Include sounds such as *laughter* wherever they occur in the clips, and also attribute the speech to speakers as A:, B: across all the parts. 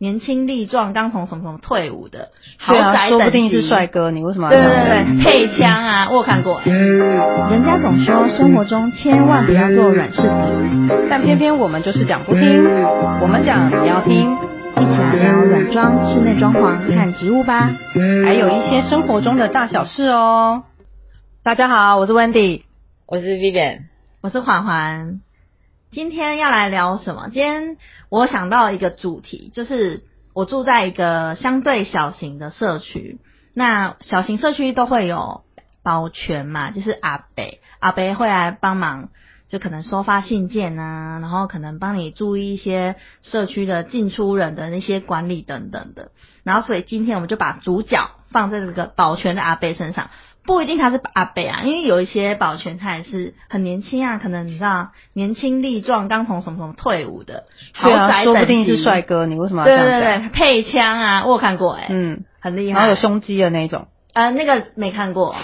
A: 年轻力壮，刚从什么什么退伍的豪
B: 对啊，
A: 宅
B: 说
A: 等级，
B: 不定是帅哥，你为什么要
A: 对对
B: 弄
A: 对对，配枪啊，我有看过。人家总说生活中千万不要做软柿子，
B: 但偏偏我们就是讲不听，我们讲你要听，
A: 一起来聊软装、室内装潢和植物吧。
B: 还有一些生活中的大小事哦。大家好，我是 Wendy。
C: 我是 Vivian，
A: 我是环环，今天要来聊什么？今天我想到一个主题，就是我住在一个相对小型的社区，那小型社区都会有保全嘛，就是阿北，阿北会来帮忙。就可能收发信件啊，然后可能帮你注意一些社区的进出人的那些管理等等的。然后，所以今天我们就把主角放在这个保全的阿贝身上，不一定他是阿贝啊，因为有一些保全他也是很年轻啊，可能你知道年轻力壮，刚从什么什么退伍的豪
B: 对啊，
A: 宅
B: 说
A: 等级，
B: 不定是帅哥，你为什么要这
A: 对
B: 样
A: 对对，
B: 讲？
A: 配枪啊，我有看过哎、
B: 嗯，
A: 很厉害，
B: 然后有胸肌的那种。
A: 呃，那个没看过，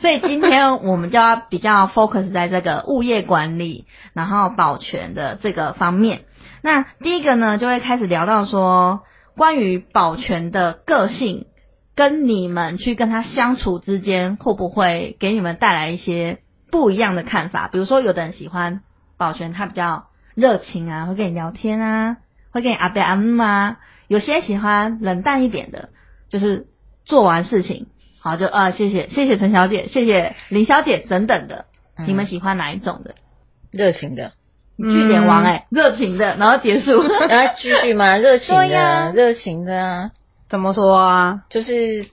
A: 所以今天我们就要比较 focus 在这个物业管理，然后保全的这个方面。那第一个呢，就会开始聊到说关于保全的个性，跟你们去跟他相处之间，会不会给你们带来一些不一样的看法？比如说，有的人喜欢保全，他比较热情啊，会跟你聊天啊，会跟你阿伯阿姆啊；有些喜欢冷淡一点的，就是做完事情，好就啊，谢谢谢谢陈小姐，谢谢林小姐等等的。
C: 嗯
A: 你们喜欢哪一种的？
C: 热情的，
B: 嗯
A: 据点王哎、热情的，然后结
B: *laughs*
A: 束。
C: 啊，居居嘛，热情
A: 对
C: 的
A: 呀
C: 啊，热情的啊，
B: 怎么说啊？
C: 就是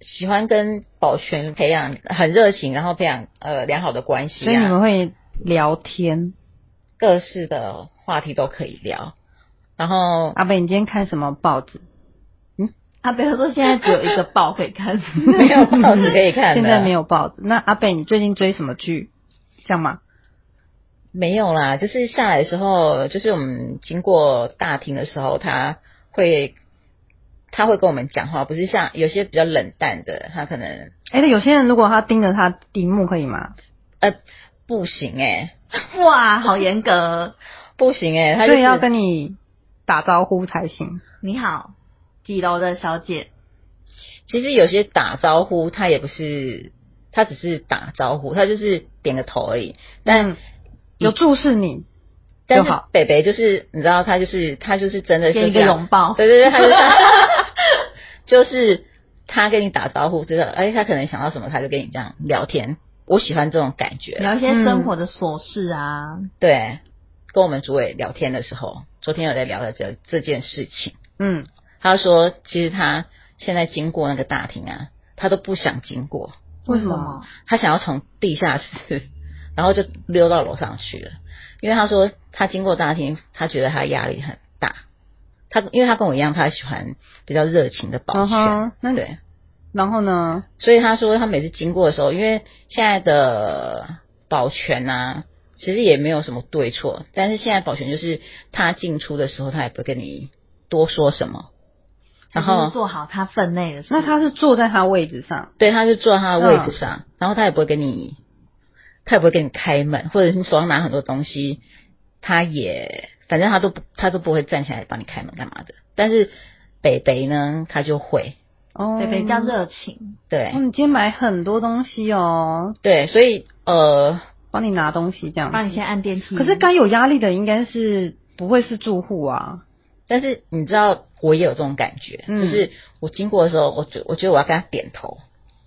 C: 喜欢跟保全培养很热情，然后培养呃良好的关系
B: 所以你们
C: 啊，
B: 会聊天。
C: 各式的话题都可以聊。然后
B: 阿贝，你今天看什么报纸？
A: 阿北啊说现在只有一个报可以
B: *laughs*
A: 看，
C: 没有报纸可以看的，
B: 现在没
C: 有
B: 有报纸。那阿贝，你最近追什么剧？这样吗？
C: 没有啦，就是下来的时候，就是我们经过大厅的时候，他会他会跟我们讲话，不是像有些比较冷淡的，他可能
B: 哎、那有些人如果他盯着他荧幕可以吗？
C: 不行哎、
A: 哇，好严格。
C: 不行哎、他就
B: 所
C: 是
B: 以要跟你打招呼才行。
A: 你好，几楼的小姐？
C: 其实有些打招呼，他也不是，他只是打招呼，他就是点个头而已。
B: 嗯
C: 但
B: 有注视你，
C: 但
B: 就是好
C: 北北就是你知道，他就是他就是真的
A: 给
C: 就
A: 一个
C: 像
A: 拥抱。
C: 对对对，他就是
A: *laughs*
C: 就是 *laughs* 他跟你打招呼，知道哎，他可能想到什么，他就跟你这样聊天。我喜欢这种感觉，
A: 聊一些生活的琐事啊，
B: 嗯
C: 对。跟我们主委聊天的时候，昨天有在聊到这这件事情，
B: 嗯，
C: 他说其实他现在经过那个大厅啊，他都不想经过，
B: 为什么？
C: 他想要从地下室，然后就溜到楼上去了，因为他说他经过大厅，他觉得他压力很大。他因为他跟我一样，他喜欢比较热情的保
B: 嗯
C: 全
B: 哼那
C: 对，
B: 然后呢？
C: 所以他说他每次经过的时候，因为现在的保全啊，其实也没有什么对错，但是现在保全就是他进出的时候，他也不会跟你多说什么，
A: 他
C: 然
A: 就
B: 嗯
C: 后
A: 是做好他分内的事。
B: 那他是坐在他位置上，
C: 对，他就坐在他的位
B: 嗯
C: 置上，然后他也不会跟你，他也不会跟你开门，或者是你手上拿很多东西，他也反正他都不他都不会站起来帮你开门干嘛的。但是北北呢，他就会，
B: 哦，
A: 对比较。热情，
C: 对、
B: 哦，你今天买很多东西哦，
C: 对，所以呃，
B: 帮你拿东西这样。
A: 帮你先按电梯。
B: 可是该有压力的应该是不会是住户啊，
C: 但是你知道我也有这种感觉，
B: 嗯
C: 就是我经过的时候，我觉我觉得我要跟他点头，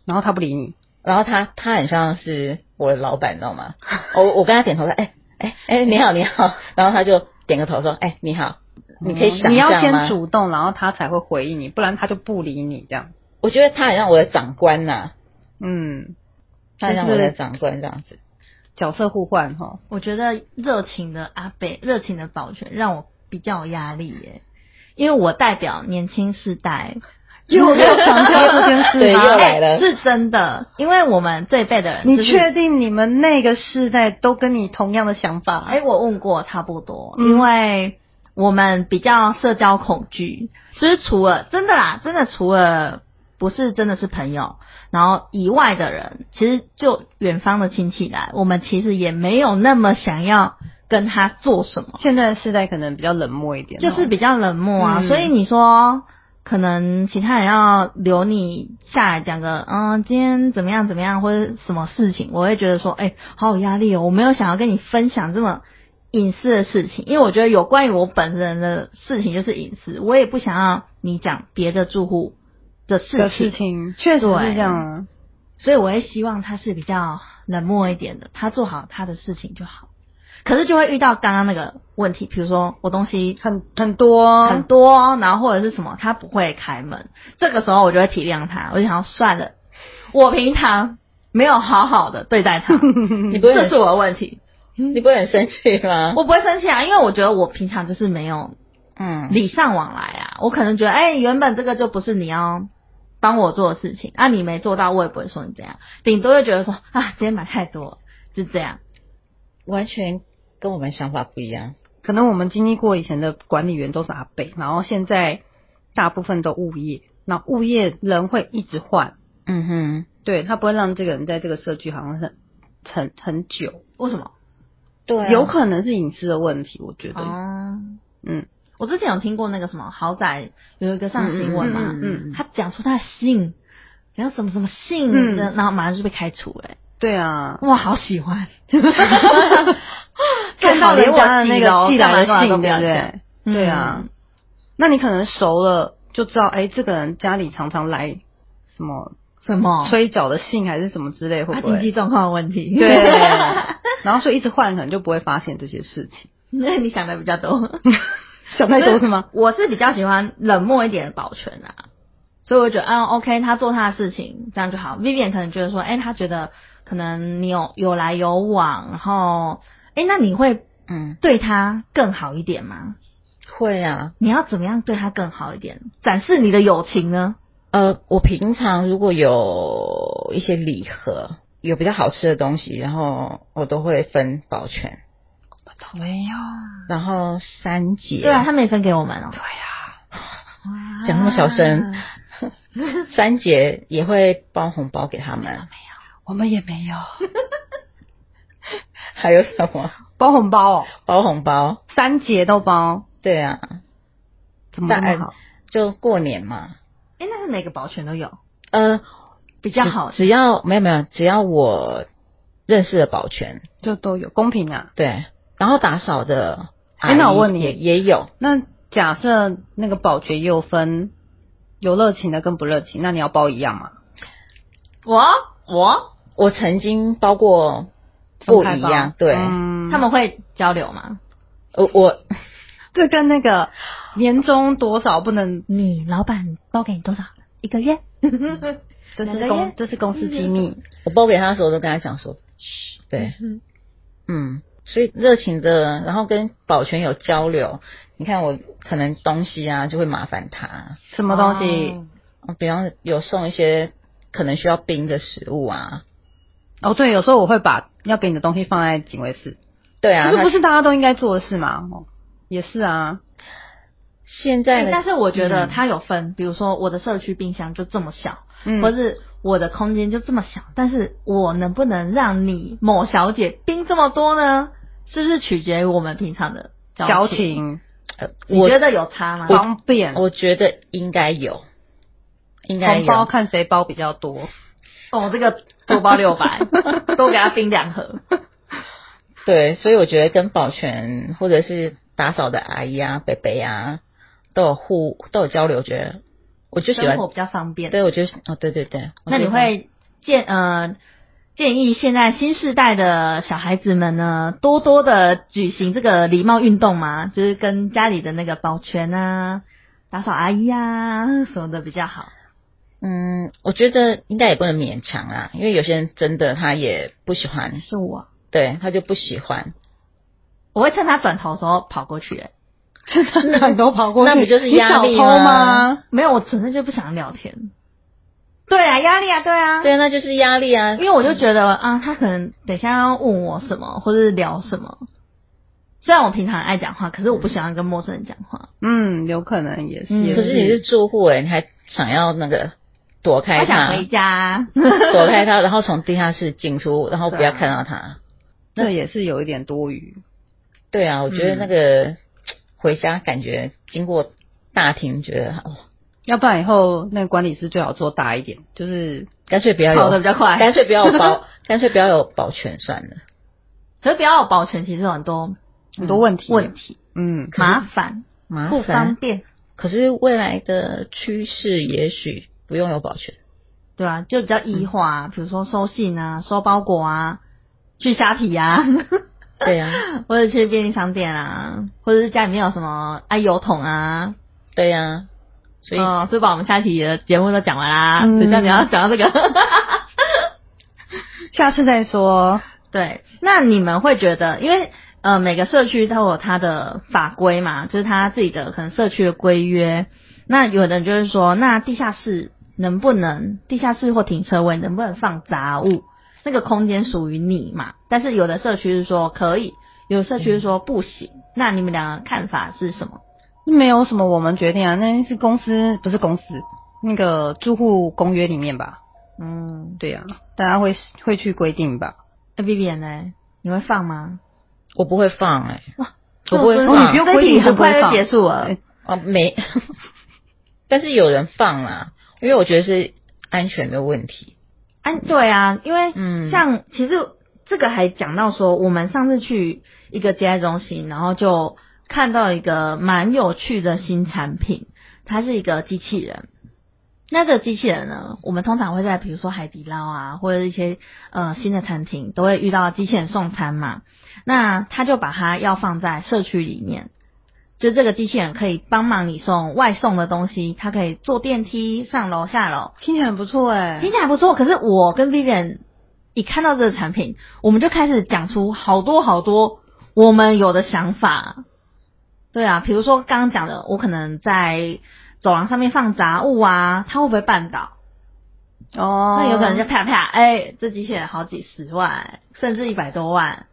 B: 然后他不理你，
C: 然后他他很像是我的老板，你知
B: *laughs*
C: 道吗？我我跟他点头说，哎哎哎，你好你好， *laughs* 然后他就点个头说，哎你好，你可以
B: 嗯
C: 想象吗？
B: 你要先主动，然后他才会回应你，不然他就不理你这样。
C: 我觉得他很像我的长官呐、
B: 嗯，
C: 他很像我的长官这样子。
B: 角色互换哦哈，
A: 我觉得热情的阿贝，热情的保全让我比较有压力耶，因为我代表年轻世代，
B: 又要强调这件
A: *laughs*
C: 对
B: 事
C: 又
B: 吗？
C: 来了
A: 哎是真的，因为我们这一辈的人、
B: 你
A: 就是
B: 确定你们那个世代都跟你同样的想法？
A: 哎、我问过差不多，
B: 嗯
A: 因为我们比较社交恐惧，就是除了真的啦，真的除了不是真的是朋友，然后以外的人，其实就远方的亲戚来，我们其实也没有那么想要跟他做什么，
B: 现在的世代可能比较冷漠一点哦，
A: 就是比较冷漠啊。
B: 嗯
A: 所以你说，可能其他人要留你下来讲个，嗯，今天怎么样怎么样或者什么事情，我会觉得说，哎、好有压力哦，我没有想要跟你分享这么。隐私的事情，因为我觉得有关于我本人的事情就是隐私，我也不想要你讲别的住户的事
B: 的
A: 情
B: 事，情确实是这样啊。
A: 所以我会希望他是比较冷漠一点的，他做好他的事情就好。可是就会遇到刚刚那个问题，比如说我东西
B: 很很
C: 嗯
B: 多，哦
A: 很多，然后或者是什么，他不会开门，这个时候我就会体谅他，我就想要算了，我平常没有好好的对待他，
B: *laughs*
C: *laughs* 你不会
A: 这
C: 很嗯
A: 是我的问题，
C: 你不会很生气吗？
A: 我不会生气啊，因为我觉得我平常就是没有
C: 嗯，
A: 礼尚往来啊，我可能觉得，哎、原本这个就不是你要帮我做的事情，啊，你没做到，我也不会说你怎样，顶多会觉得说，啊，今天买太多了，是这样。
C: 完全跟我们想法不一样。
B: 可能我们经历过以前的管理员都是阿北，然后现在大部分都物业，那物业人会一直换，
C: 嗯哼，
B: 对他不会让这个人在这个社区好像很很很久，
A: 为什么？
C: 对啊、
B: 有可能是隐私的问题，我觉得，
A: 哦，
B: 嗯，
A: 我之前有听过那个什么豪宅有一个上新闻嘛，
B: 嗯嗯嗯
A: 他讲出他的姓，讲什么什么姓，
B: 嗯
A: 然后马上就被开除、欸，
B: 对啊，
A: 哇，好喜欢，
B: *laughs* 看到人家的那个
A: 寄
B: 寄来的信，对
A: 信，
B: 不对？对啊，那你可能熟了就知道，哎，这个人家里常常来什么
A: 什么？
B: 催缴的信还是什么之类，会
A: 他
B: 不
A: 经
C: 啊
B: 会
A: 济？状况有问题，
B: 对， *laughs*
A: *laughs*
B: 然后所以一直换，可能就不会发现这些事情。
A: 那你想的比较多。
B: 想太多是吗？
A: 我是比较喜欢冷漠一点的保全啊，所以我觉得，嗯，OK，他做他的事情，这样就好。Vivian 可能觉得说，哎、他觉得可能你有有来有往，然后，哎、那你会
C: 嗯
A: 对他更好一点吗？
C: 会啊。
A: 你要怎么样对他更好一点，展示你的友情呢？
C: 呃，我平常如果有一些礼盒，有比较好吃的东西，然后我都会分保全，
B: 没有，
C: 然后三姐，
A: 对啊，他们也分给我们哦、
B: 对呀、
C: *sighs* 讲那么小声， *laughs*
B: 啊
C: 三姐也会包红包给他们，
B: 我们也没有
C: 还有什么
B: 包红包哦，
C: 包红包？
B: 三节都包，
C: 对啊，
B: 怎么那么好？
C: 就过年嘛，
A: 哎、那是每个保全都有，
C: 呃，
A: 哦比较好
C: 只只要没有没有，只要我认识的保全，
B: 就都有公平啊。
C: 对，然后打扫的阿
B: 哎
C: 姨也，
B: 那我问你
C: 也也有，
B: 那假设那个保洁也有分有热情的跟不热情，那你要包一样吗？
A: *laughs* 我我、
C: 我曾经包过不一
B: 分开
C: 样
B: 包，
C: 对，
B: 嗯
A: 他们会交流吗？
C: 我我
B: 这跟那个年终多少不能，
A: 你老板包给你多少一个月？
B: 这
A: 两个
B: 是
A: 月
B: 公这是公司机密，嗯
C: 我包给他的时候，我都跟他讲说，嘘，对，嗯，所以热情的，然后跟保全有交流。你看我可能东西啊，就会麻烦他，
B: 什么东西？
C: 嗯比方有送一些可能需要冰的食物啊，
B: 哦，对，有时候我会把要给你的东西放在警卫室，
C: 对啊，
B: 这个不
C: 他
B: 是大家都应该做的事吗？哦，也是啊，
C: 现
A: 哎
C: 在的
A: 但是我觉得
C: 嗯
A: 它有分，比如说我的社区冰箱就这么小，
B: 嗯
A: 或是我的空间就这么小，但是我能不能让你某小姐冰这么多呢？是不是取决于我们平常的
B: 交
A: 交？
B: 情
C: 呃
A: 你
C: 我
A: 觉得有差吗？
B: 方便，
C: 我觉得应该有，应该
B: 红包
C: 有，
B: 看谁包比较多。 *laughs*
A: 我、哦、这个多包六百，
C: *laughs*
A: 多给他冰两盒。
C: 对，所以我觉得跟保全或者是打扫的阿姨啊、北北啊都有互都有交流，我觉得我就喜
A: 生
C: 欢
A: 活比较方便。
C: 对，我觉得哦，对对对。
A: 那你
C: 我觉得
A: 会建呃建议现在新时代的小孩子们呢，多多的举行这个礼貌运动吗？就是跟家里的那个保全啊、打扫阿姨啊什么的比较好。
C: 嗯，我觉得应该也不能勉强啦，因为有些人真的他也不喜欢，
A: 是我，
C: 对他就不喜欢，
A: 我会趁他转头的时候跑过去、欸
B: 很多跑过去，
C: 那不就是压力
B: 你小偷吗？
A: 没有，我纯粹就不想聊天。对啊，压力啊，对啊，
C: 对，那就是压力啊
A: 因。为我就觉得啊，他可能等一下要问我什么，或者是聊什么。虽然我平常很爱讲话，可是我不喜欢跟陌生人讲话。
B: 嗯，有可能也是。
A: 嗯
B: 也
C: 可是你是住户哎、你还想要那个躲
A: 他
C: 开
A: 想
C: 他
A: 回， *laughs* 家，
C: 躲开他，然
A: 啊
C: 后从地下室进出，然后不要看到他。
B: 这也是有一点多余。
C: 对啊，我觉得
B: 嗯
C: 那个、回家感觉经过大厅，觉得哦，
B: 要不然以后那个管理师最好做大一点，就是
C: 干脆不要
A: 跑得
C: 有
A: 比，较快，
C: 干脆不要有保，干脆不要有保全算了。
A: 可是不要有保全，其实有很多
B: 很多问题。
A: 问题，
B: 嗯，
A: 麻烦、
C: 麻
A: 不方
C: 烦，
A: 便，
C: 可是未来的趋势也许不用有保全，
A: 对啊，就比较异化、比如说收信啊、收包裹啊、去虾皮啊， *laughs*
C: 对啊，
A: 或者去便利商店啊，或者是家里面有什么爱油桶啊。
C: 对啊，所以、
A: 嗯，所以把我们下期的节目都讲完啦。
B: 嗯
A: 等一下你要讲到这个， *laughs*
B: 下次再说。
A: 对，那你们会觉得，因为呃每个社区都有它的法规嘛，就是它自己的可能社区的规约。那有的人就是说，那地下室能不能地下室或停车位能不能放杂物？那个空间属于你嘛？但是有的社区是说可以，有的社区是说不行。嗯那你们两个看法是什么？
B: 没有什么我们决定啊，那是公司不是公司那个住户公约里面吧？
A: 嗯
B: 对啊，大家会会去规定吧？
A: 哎，Vivian 呢？你会放吗？
C: 我不会放哎、
A: 我
C: 我不会
B: 哦你不哎
C: 放
B: 用
A: 这
B: 规
A: 题
B: 定
A: 很快就
B: 就
A: 结束了。
C: 啊，没， *laughs* 但是有人放啦，因为我觉得是安全的问题，
A: 哎，对啊，因为
C: 嗯
A: 像其实这个还讲到说，我们上次去一个接待中心，然后就看到一个蛮有趣的新产品，它是一个机器人。那这个机器人呢，我们通常会在比如说海底捞啊，或者一些呃新的餐厅，都会遇到机器人送餐嘛。那他就把它要放在社区里面，就这个机器人可以帮忙你送外送的东西，它可以坐电梯上楼下楼，
B: 听起来很不错哎、
A: 听起来还不错，可是我跟 Vivian 一看到这个产品，我们就开始讲出好多好多我们有的想法。对啊，比如说刚刚讲的，我可能在走廊上面放杂物啊，它会不会绊倒？
B: 哦，
A: 那有可能就啪啪，哎、这机器人好几十万，甚至一百多万。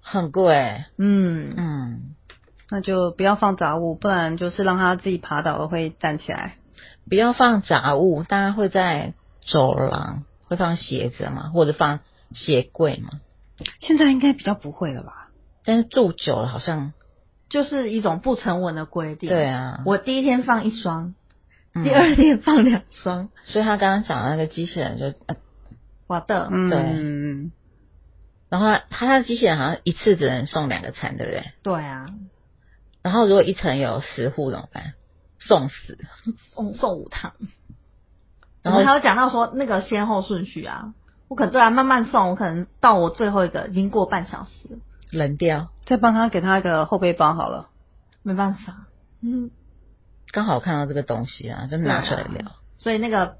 C: 很贵，
A: 嗯，
C: 嗯，
B: 那就不要放杂物，不然就是让他自己爬倒了会站起来。
C: 不要放杂物，大家会在走廊会放鞋子嘛，或者放鞋柜嘛，
B: 现在应该比较不会了吧？
C: 但是住久了好像
A: 就是一种不成文的规定。
C: 对，啊，
A: 我第一天放一双，
C: 嗯
A: 第二天放两双，
C: 所以他刚刚讲的那个机器人就，呃
A: 我的，
B: 嗯，
C: 然后他他他的机器人好像一次只能送两个餐，对不对？
A: 对啊，
C: 然后如果一层有十户怎么办？送死，
A: 送送五趟。我
C: 然
A: 们还
C: 后
A: 有讲到说那个先后顺序啊，我可能对啊慢慢送，我可能到我最后一个已经过半小时了，
C: 冷掉。
B: 再帮他给他一个后背包好了。
A: 没办法，嗯，
C: 刚好看到这个东西啊，就拿出来
A: 对
C: 聊。
A: 所以那个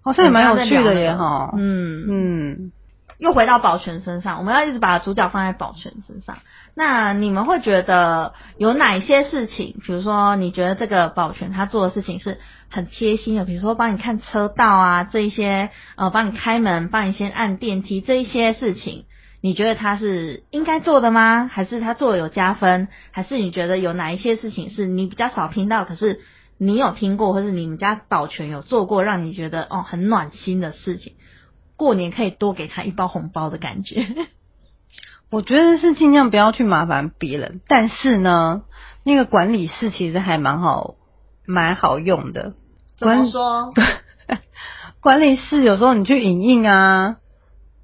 B: 好像也哦蛮有趣
A: 我嗯们刚刚在聊
B: 的耶
A: 那个
B: 哈。
A: 嗯嗯，
B: 嗯，
A: 又回到保全身上，我们要一直把主角放在保全身上。那你们会觉得有哪一些事情，比如说你觉得这个保全他做的事情是很贴心的，比如说帮你看车道啊，这一些呃帮你开门，帮你先按电梯这一些事情，你觉得他是应该做的吗？还是他做的有加分？还是你觉得有哪一些事情是你比较少听到，可是你有听过，或是你们家保全有做过，让你觉得哦很暖心的事情？过年可以多给他一包红包的感觉。
B: 我觉得是尽量不要去麻烦别人，但是呢，那个管理室其实还蛮好，蛮好用的。
A: 怎么说？
B: 管理室有时候你去影印啊，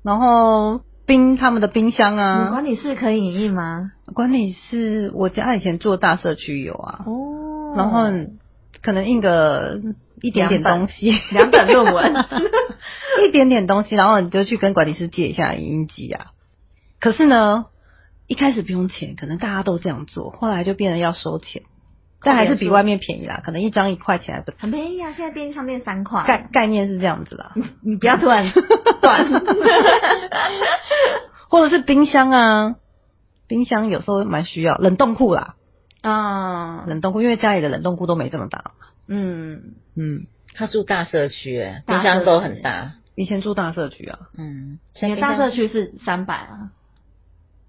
B: 然后冰他们的冰箱
A: 你
B: 啊。
A: 管理室可以影印吗？
B: 管理室我家以前做大社区有啊，
A: 哦
B: 然后可能印个一点点东西，
A: 两本论文，
B: *laughs* 一点点东西，然后你就去跟管理师借一下影音机啊。可是呢，一开始不用钱，可能大家都这样做，后来就变得要收钱，但还是比外面便宜啦，可能一张一块钱还不
A: 很便宜啊！现在便利商店三
B: 概
A: 块，
B: 概念是这样子啦，
A: 你不要突 *laughs* 然嗯断。
B: 或者是冰箱啊，冰箱有时候蛮需要，冷冻库啦，
A: 嗯
B: 冷冻库，因为家里的冷冻库都没这么大，
A: 嗯，
B: 嗯，
C: 他住大社区、欸，
A: 大
C: 冰箱都很大。
B: 以前住大社区啊，
C: 嗯，
A: 你
C: 现
A: 的
C: 在
A: 大社
C: 区
A: 区是三百啊，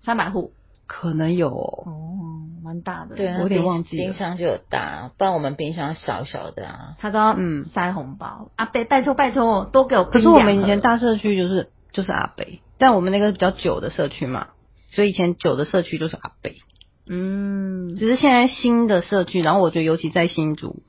A: 三百户
B: 可能有、哦，
A: 哦，蛮大的。
C: 对啊，
B: 我有点忘记了
C: 冰冰箱就有大，不然我们冰箱小小的啊。
A: 他都要
B: 嗯
A: 塞红包。阿伯，拜托拜托，多给我。
B: 可是我们以前，大社区就是就是阿北，但我们那个比较久的社区嘛，所以以前久的社区就是阿北，
A: 嗯，
B: 只是现在新的社区，然后我觉得尤其在新竹，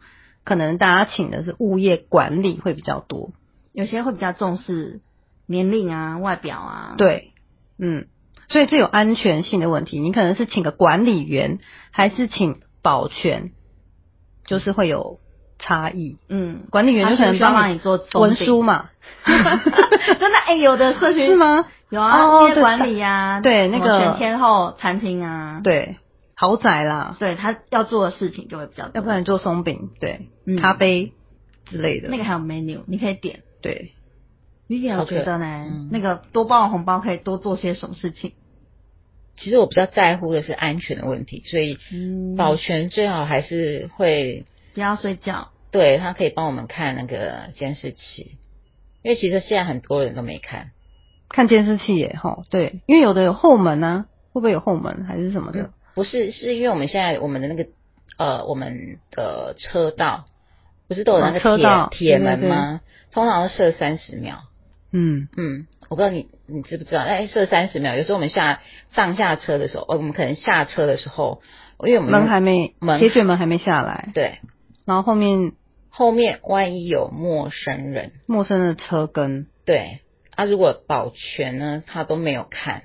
B: 可能大家请的是物业管理会比较多。
A: 有些会比较重视年龄啊、外表啊。，
B: 对，嗯，所以这有安全性的问题，你可能是请个管理员，还是请保全，就是会有差异。
A: 嗯，
B: 管理员就可能
A: 他需要
B: 帮
A: 帮
B: 你
A: 你做
B: 文书
A: 嘛？
B: 嘛，
A: *laughs* 真的哎、有的社区
B: 是吗？
A: 有啊，
B: 哦
A: 物业管理啊，
B: 对对那个
A: 什么全天候餐厅啊，
B: 对，豪宅啦，
A: 对，他要做的事情就会比较多。
B: 要不然做松饼，对，
A: 嗯
B: 咖啡之类的，
A: 那个还有 menu，你可以点。
B: 对，
A: 你点我
C: 好的
A: 觉得呢，
C: 嗯
A: 那个多包的红包可以多做些什么事情？
C: 其实我比较在乎的是安全的问题，所以
A: 嗯
C: 保全最好还是会
A: 不要睡觉。
C: 对他可以帮我们看那个监视器，因为其实现在很多人都没看，
B: 看监视器耶，吼，对，因为有的有后门啊，会不会有后门还是什么的？
C: 不是是因为我们现在我们的那个呃我们的车道不是都有那
B: 哦车道
C: 个铁铁门
B: 对对对
C: 吗？通常都设三十秒，
B: 嗯，
C: 嗯，我不知道你你知不知道？哎，设三十秒，有时候我们下上下车的时候，哦，我们可能下车的时候，因为我
A: 嗯
B: 嗯
C: 们
B: 门还没
C: 门
B: 铁卷门还没下来，
C: 对
B: 然后后面
C: 后面万一有陌生人，
B: 陌生的车跟，
C: 对啊，如果保全呢他都没有看，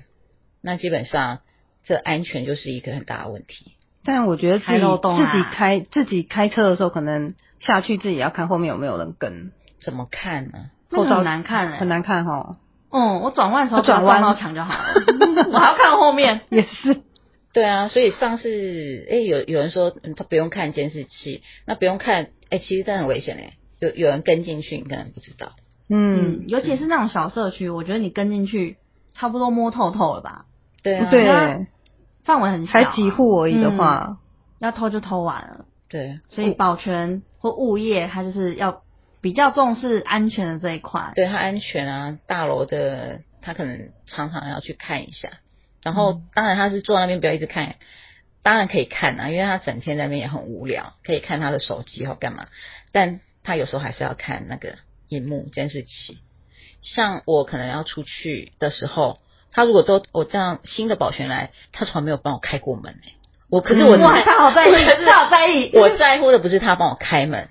C: 那基本上这安全就是一个很大的问题。
B: 但我觉得自
A: 开
B: 己、
A: 漏洞啊
B: 自己开自己开车的时候，可能下去自己要看后面有没有人跟，
C: 怎么看呢？
A: 那个
B: 后照
A: 很难看哎、
B: 很难看哦。
A: 嗯，我转弯的时候
B: 我转
A: 不要撞
B: 弯
A: 到墙就好了， *laughs* 我还要看后面。
B: *laughs* 也是，
C: 对啊，所以上次哎、有有人说、嗯他不用看监视器，那不用看哎、其实真的很危险哎、有有人跟进去，你可能不知道。
B: 嗯
A: 嗯，，尤其是那种小社区，我觉得你跟进去差不多摸透透了吧，
C: 对
A: 嗯
C: 啊，
B: 对，
A: 范围很小、啊
B: 才几，户而已的
A: 嗯
B: 话，
A: 要偷就偷完了。
C: 对，
A: 所以保全或物业，它就是要比较重视安全的这一块。
C: 对它安全啊，大楼的他可能常常要去看一下。然后当然他是坐那边不要一直看，当然可以看啊，因为他整天在那边也很无聊，可以看他的手机或干嘛。但他有时候还是要看那个荧幕监视器。像我可能要出去的时候，他如果都我这样新的保全来，他从来没有帮我开过门、欸、我可是我
B: 嗯
A: 哇，
C: 在
A: 他好在意，
C: 我
A: 他好在意。
C: 我在乎的不是他帮我开门，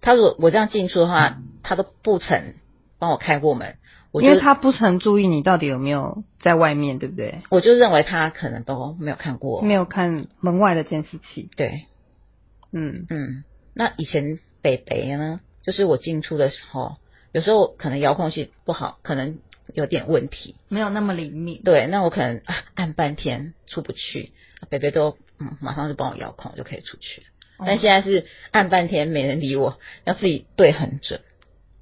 C: 他如果我这样进出的话，他都不曾帮我开过门，我就
B: 因为他不曾注意你到底有没有在外面，对不对？
C: 我就认为他可能都没有看过
B: 没。有看门外的监视器，
C: 对，
B: 嗯，
C: 嗯，那以前北北呢，就是我进出的时候，有时候可能遥控器不好，可能有点问题。
A: 没有那么灵敏。
C: 对，那我可能、啊按半天出不去，北北都嗯马上就帮我遥控就可以出去。但现在是按半天没人理我，要自己对很准，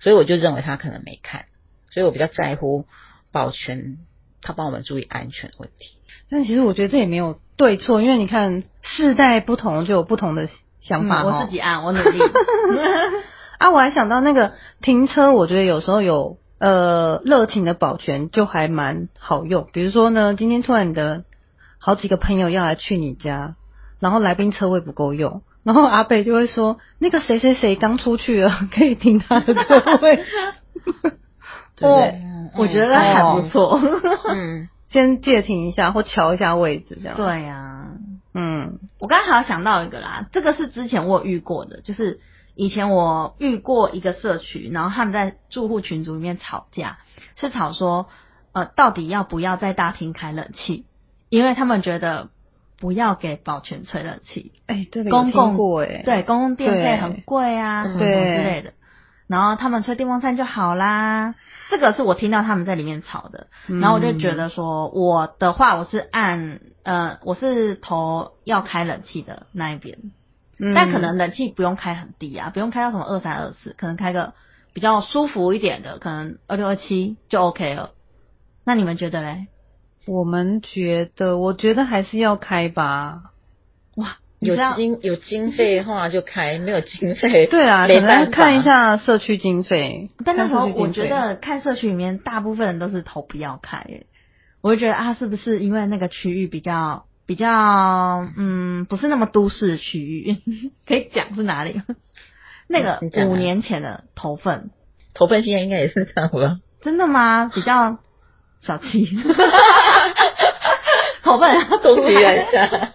C: 所以我就认为他可能没看，所以我比较在乎保全，他帮我们注意安全问题。
B: 但其实我觉得这也没有对错，因为你看世代不同就有不同的想
A: 嗯
B: 法、
A: 我
B: 哦。
A: 自己按，我努
C: *laughs*
A: 力。
B: 啊，我还想到那个停车，我觉得有时候有呃热情的保全就还蛮好用。比如说呢，今天突然你的好几个朋友要来去你家，然后来宾车位不够用，然后阿北就会说那个谁谁谁刚出去了，可以停他的车位， *laughs* 哦对不对？
C: 嗯
A: 我觉得还不
C: *laughs*
A: 错。
C: 嗯，
B: 先借停一下或瞧一下位置这样。，
A: 对呀、
B: 嗯，
A: 我刚刚还有想到一个啦，这个是之前我有遇过的，就是以前我遇过一个社区，然后他们在住户群组里面吵架，是吵说呃到底要不要在大厅开冷气，因为他们觉得不要给保全吹冷气，
B: 哎，这个有
A: 公
B: 听
A: 共
B: 过哎，
A: 对，公共电费
B: 对
A: 很贵啊，什么什么
B: 对
A: 之类的。然后他们吹电风扇就好啦，这个是我听到他们在里面吵的，
B: 嗯
A: 然后我就觉得说，我的话我是按呃我是投要开冷气的那一边，
B: 嗯，
A: 但可能冷气不用开很低啊，不用开到什么二三二四，可能开个比较舒服一点的，可能二六二七就 OK 了。那你们觉得嘞？
B: 我们觉得，我觉得还是要开吧。
A: 哇， *laughs* 你
C: 有
A: 知道
C: 经有经费的话就开，没有经费
B: 对啊，
C: 没
B: 可能要
C: 办法
B: 看一。下社区经费。
A: 但那时候
B: 看社区
A: 我
B: 经费
A: 觉，得看社区里面大部分人都是投不要开、欸，我就觉得啊，是不是因为那个区域比较比较嗯，不是那么都市的区域， *laughs* 可以讲是哪里吗？
B: 嗯
A: 那个
C: 你讲啊
A: 五年前的投份，
C: 投奔现在应该也是这样吧？
B: *laughs*
A: 真的吗？比较小气，头发
C: *laughs*
A: 要
C: 恭
A: 出
C: 喜
A: 来
C: 一。下。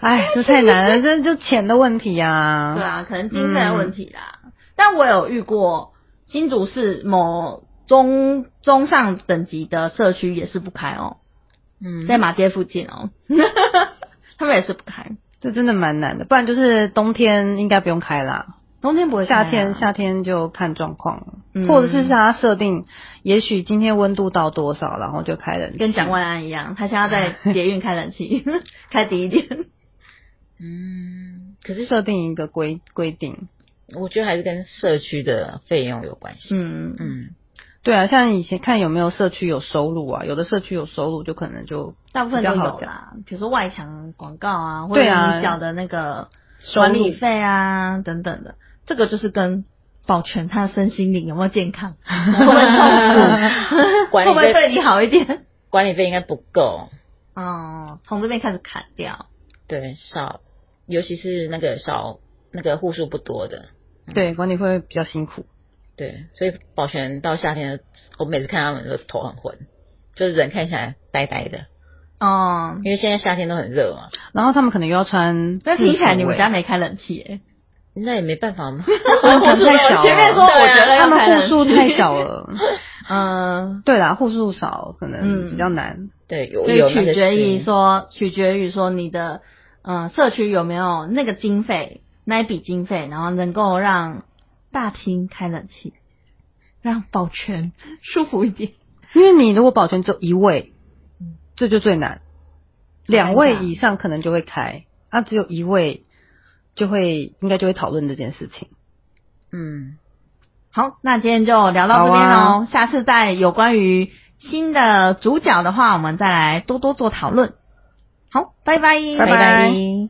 B: 哎，这太
A: *laughs*
B: 难了，这就钱的问题啊。
A: 对啊，可能经费的问题啦。
B: 嗯
A: 但我有遇过新竹市某中中上等级的社区也是不开哦，
C: *laughs* 嗯，
A: 在马街附近哦， *laughs* 他们也是不开，
B: 这真的蛮难的，不然就是冬天应该不用开啦，
A: 冬天不会开啊、
B: 夏天夏天就看状况了，
A: 嗯
B: 或者是它设定，也许今天温度到多少，然后就开冷气。
A: 跟蒋万安一样，他现在在捷运开冷气， *laughs* 开低一
B: *laughs*
A: 点。
C: 嗯，可
B: 只是
C: 是
B: 设定一个规规定，
C: 我觉得还是跟社区的费用有关系。
A: 嗯，
C: 嗯，
B: 对啊，像以前看有没有社区有收入啊，有的社区有收入就可能就
A: 大部分都
B: 比较
A: 有
B: 好讲
A: 啦，比如说外墙广告啊，或者
B: 对啊
A: 你缴的那个
B: 收入
A: 管理费啊等等的，这个就是跟保全他的身心灵有没有健康， *laughs* 会不会痛苦，会
C: 管理
A: 不
C: 费
A: *laughs* 会对你好一点？
C: 管理费应该不够，
A: 哦，从这边开始砍掉，
C: 对，少，尤其是那个少那个户数不多的，
A: 嗯
B: 对管理会比较辛苦。
C: 对，所以保全到夏天，我每次看他们都头很昏，就是人看起来呆呆的，
A: 哦，
C: 因为现在夏天都很热嘛，
B: 然后他们可能又要穿制服欸，
A: 那听起来你们家没开冷气耶、
C: 那也没办
A: *laughs*
C: 法嘛。
B: 他们户数
A: 我前面说我觉得
B: 啊他
A: 要开
B: 们
A: 冷
B: 户
A: 气
B: 数太小了，
A: 嗯，
B: 对啦，户数少可
A: 嗯
B: 能比较难。
C: 对，有
A: 所
C: 有
A: 以
C: 那
A: 取
C: 个
A: 决于
C: 是
A: 说，取决于说你的嗯社区有没有那个经费，那一笔经费，然后能够让大厅开冷气，让保全舒服一点。
B: 因为你如果保全只有一位，这就最难。两位以上可能就会开，那、只有一位就会应该就会讨论这件事情。
C: 嗯，
A: 好，那今天就聊到这边
B: 好
A: 喽、下次再有关于新的主角的话，我们再来多多做讨论。好，拜拜，
B: 拜拜
C: 拜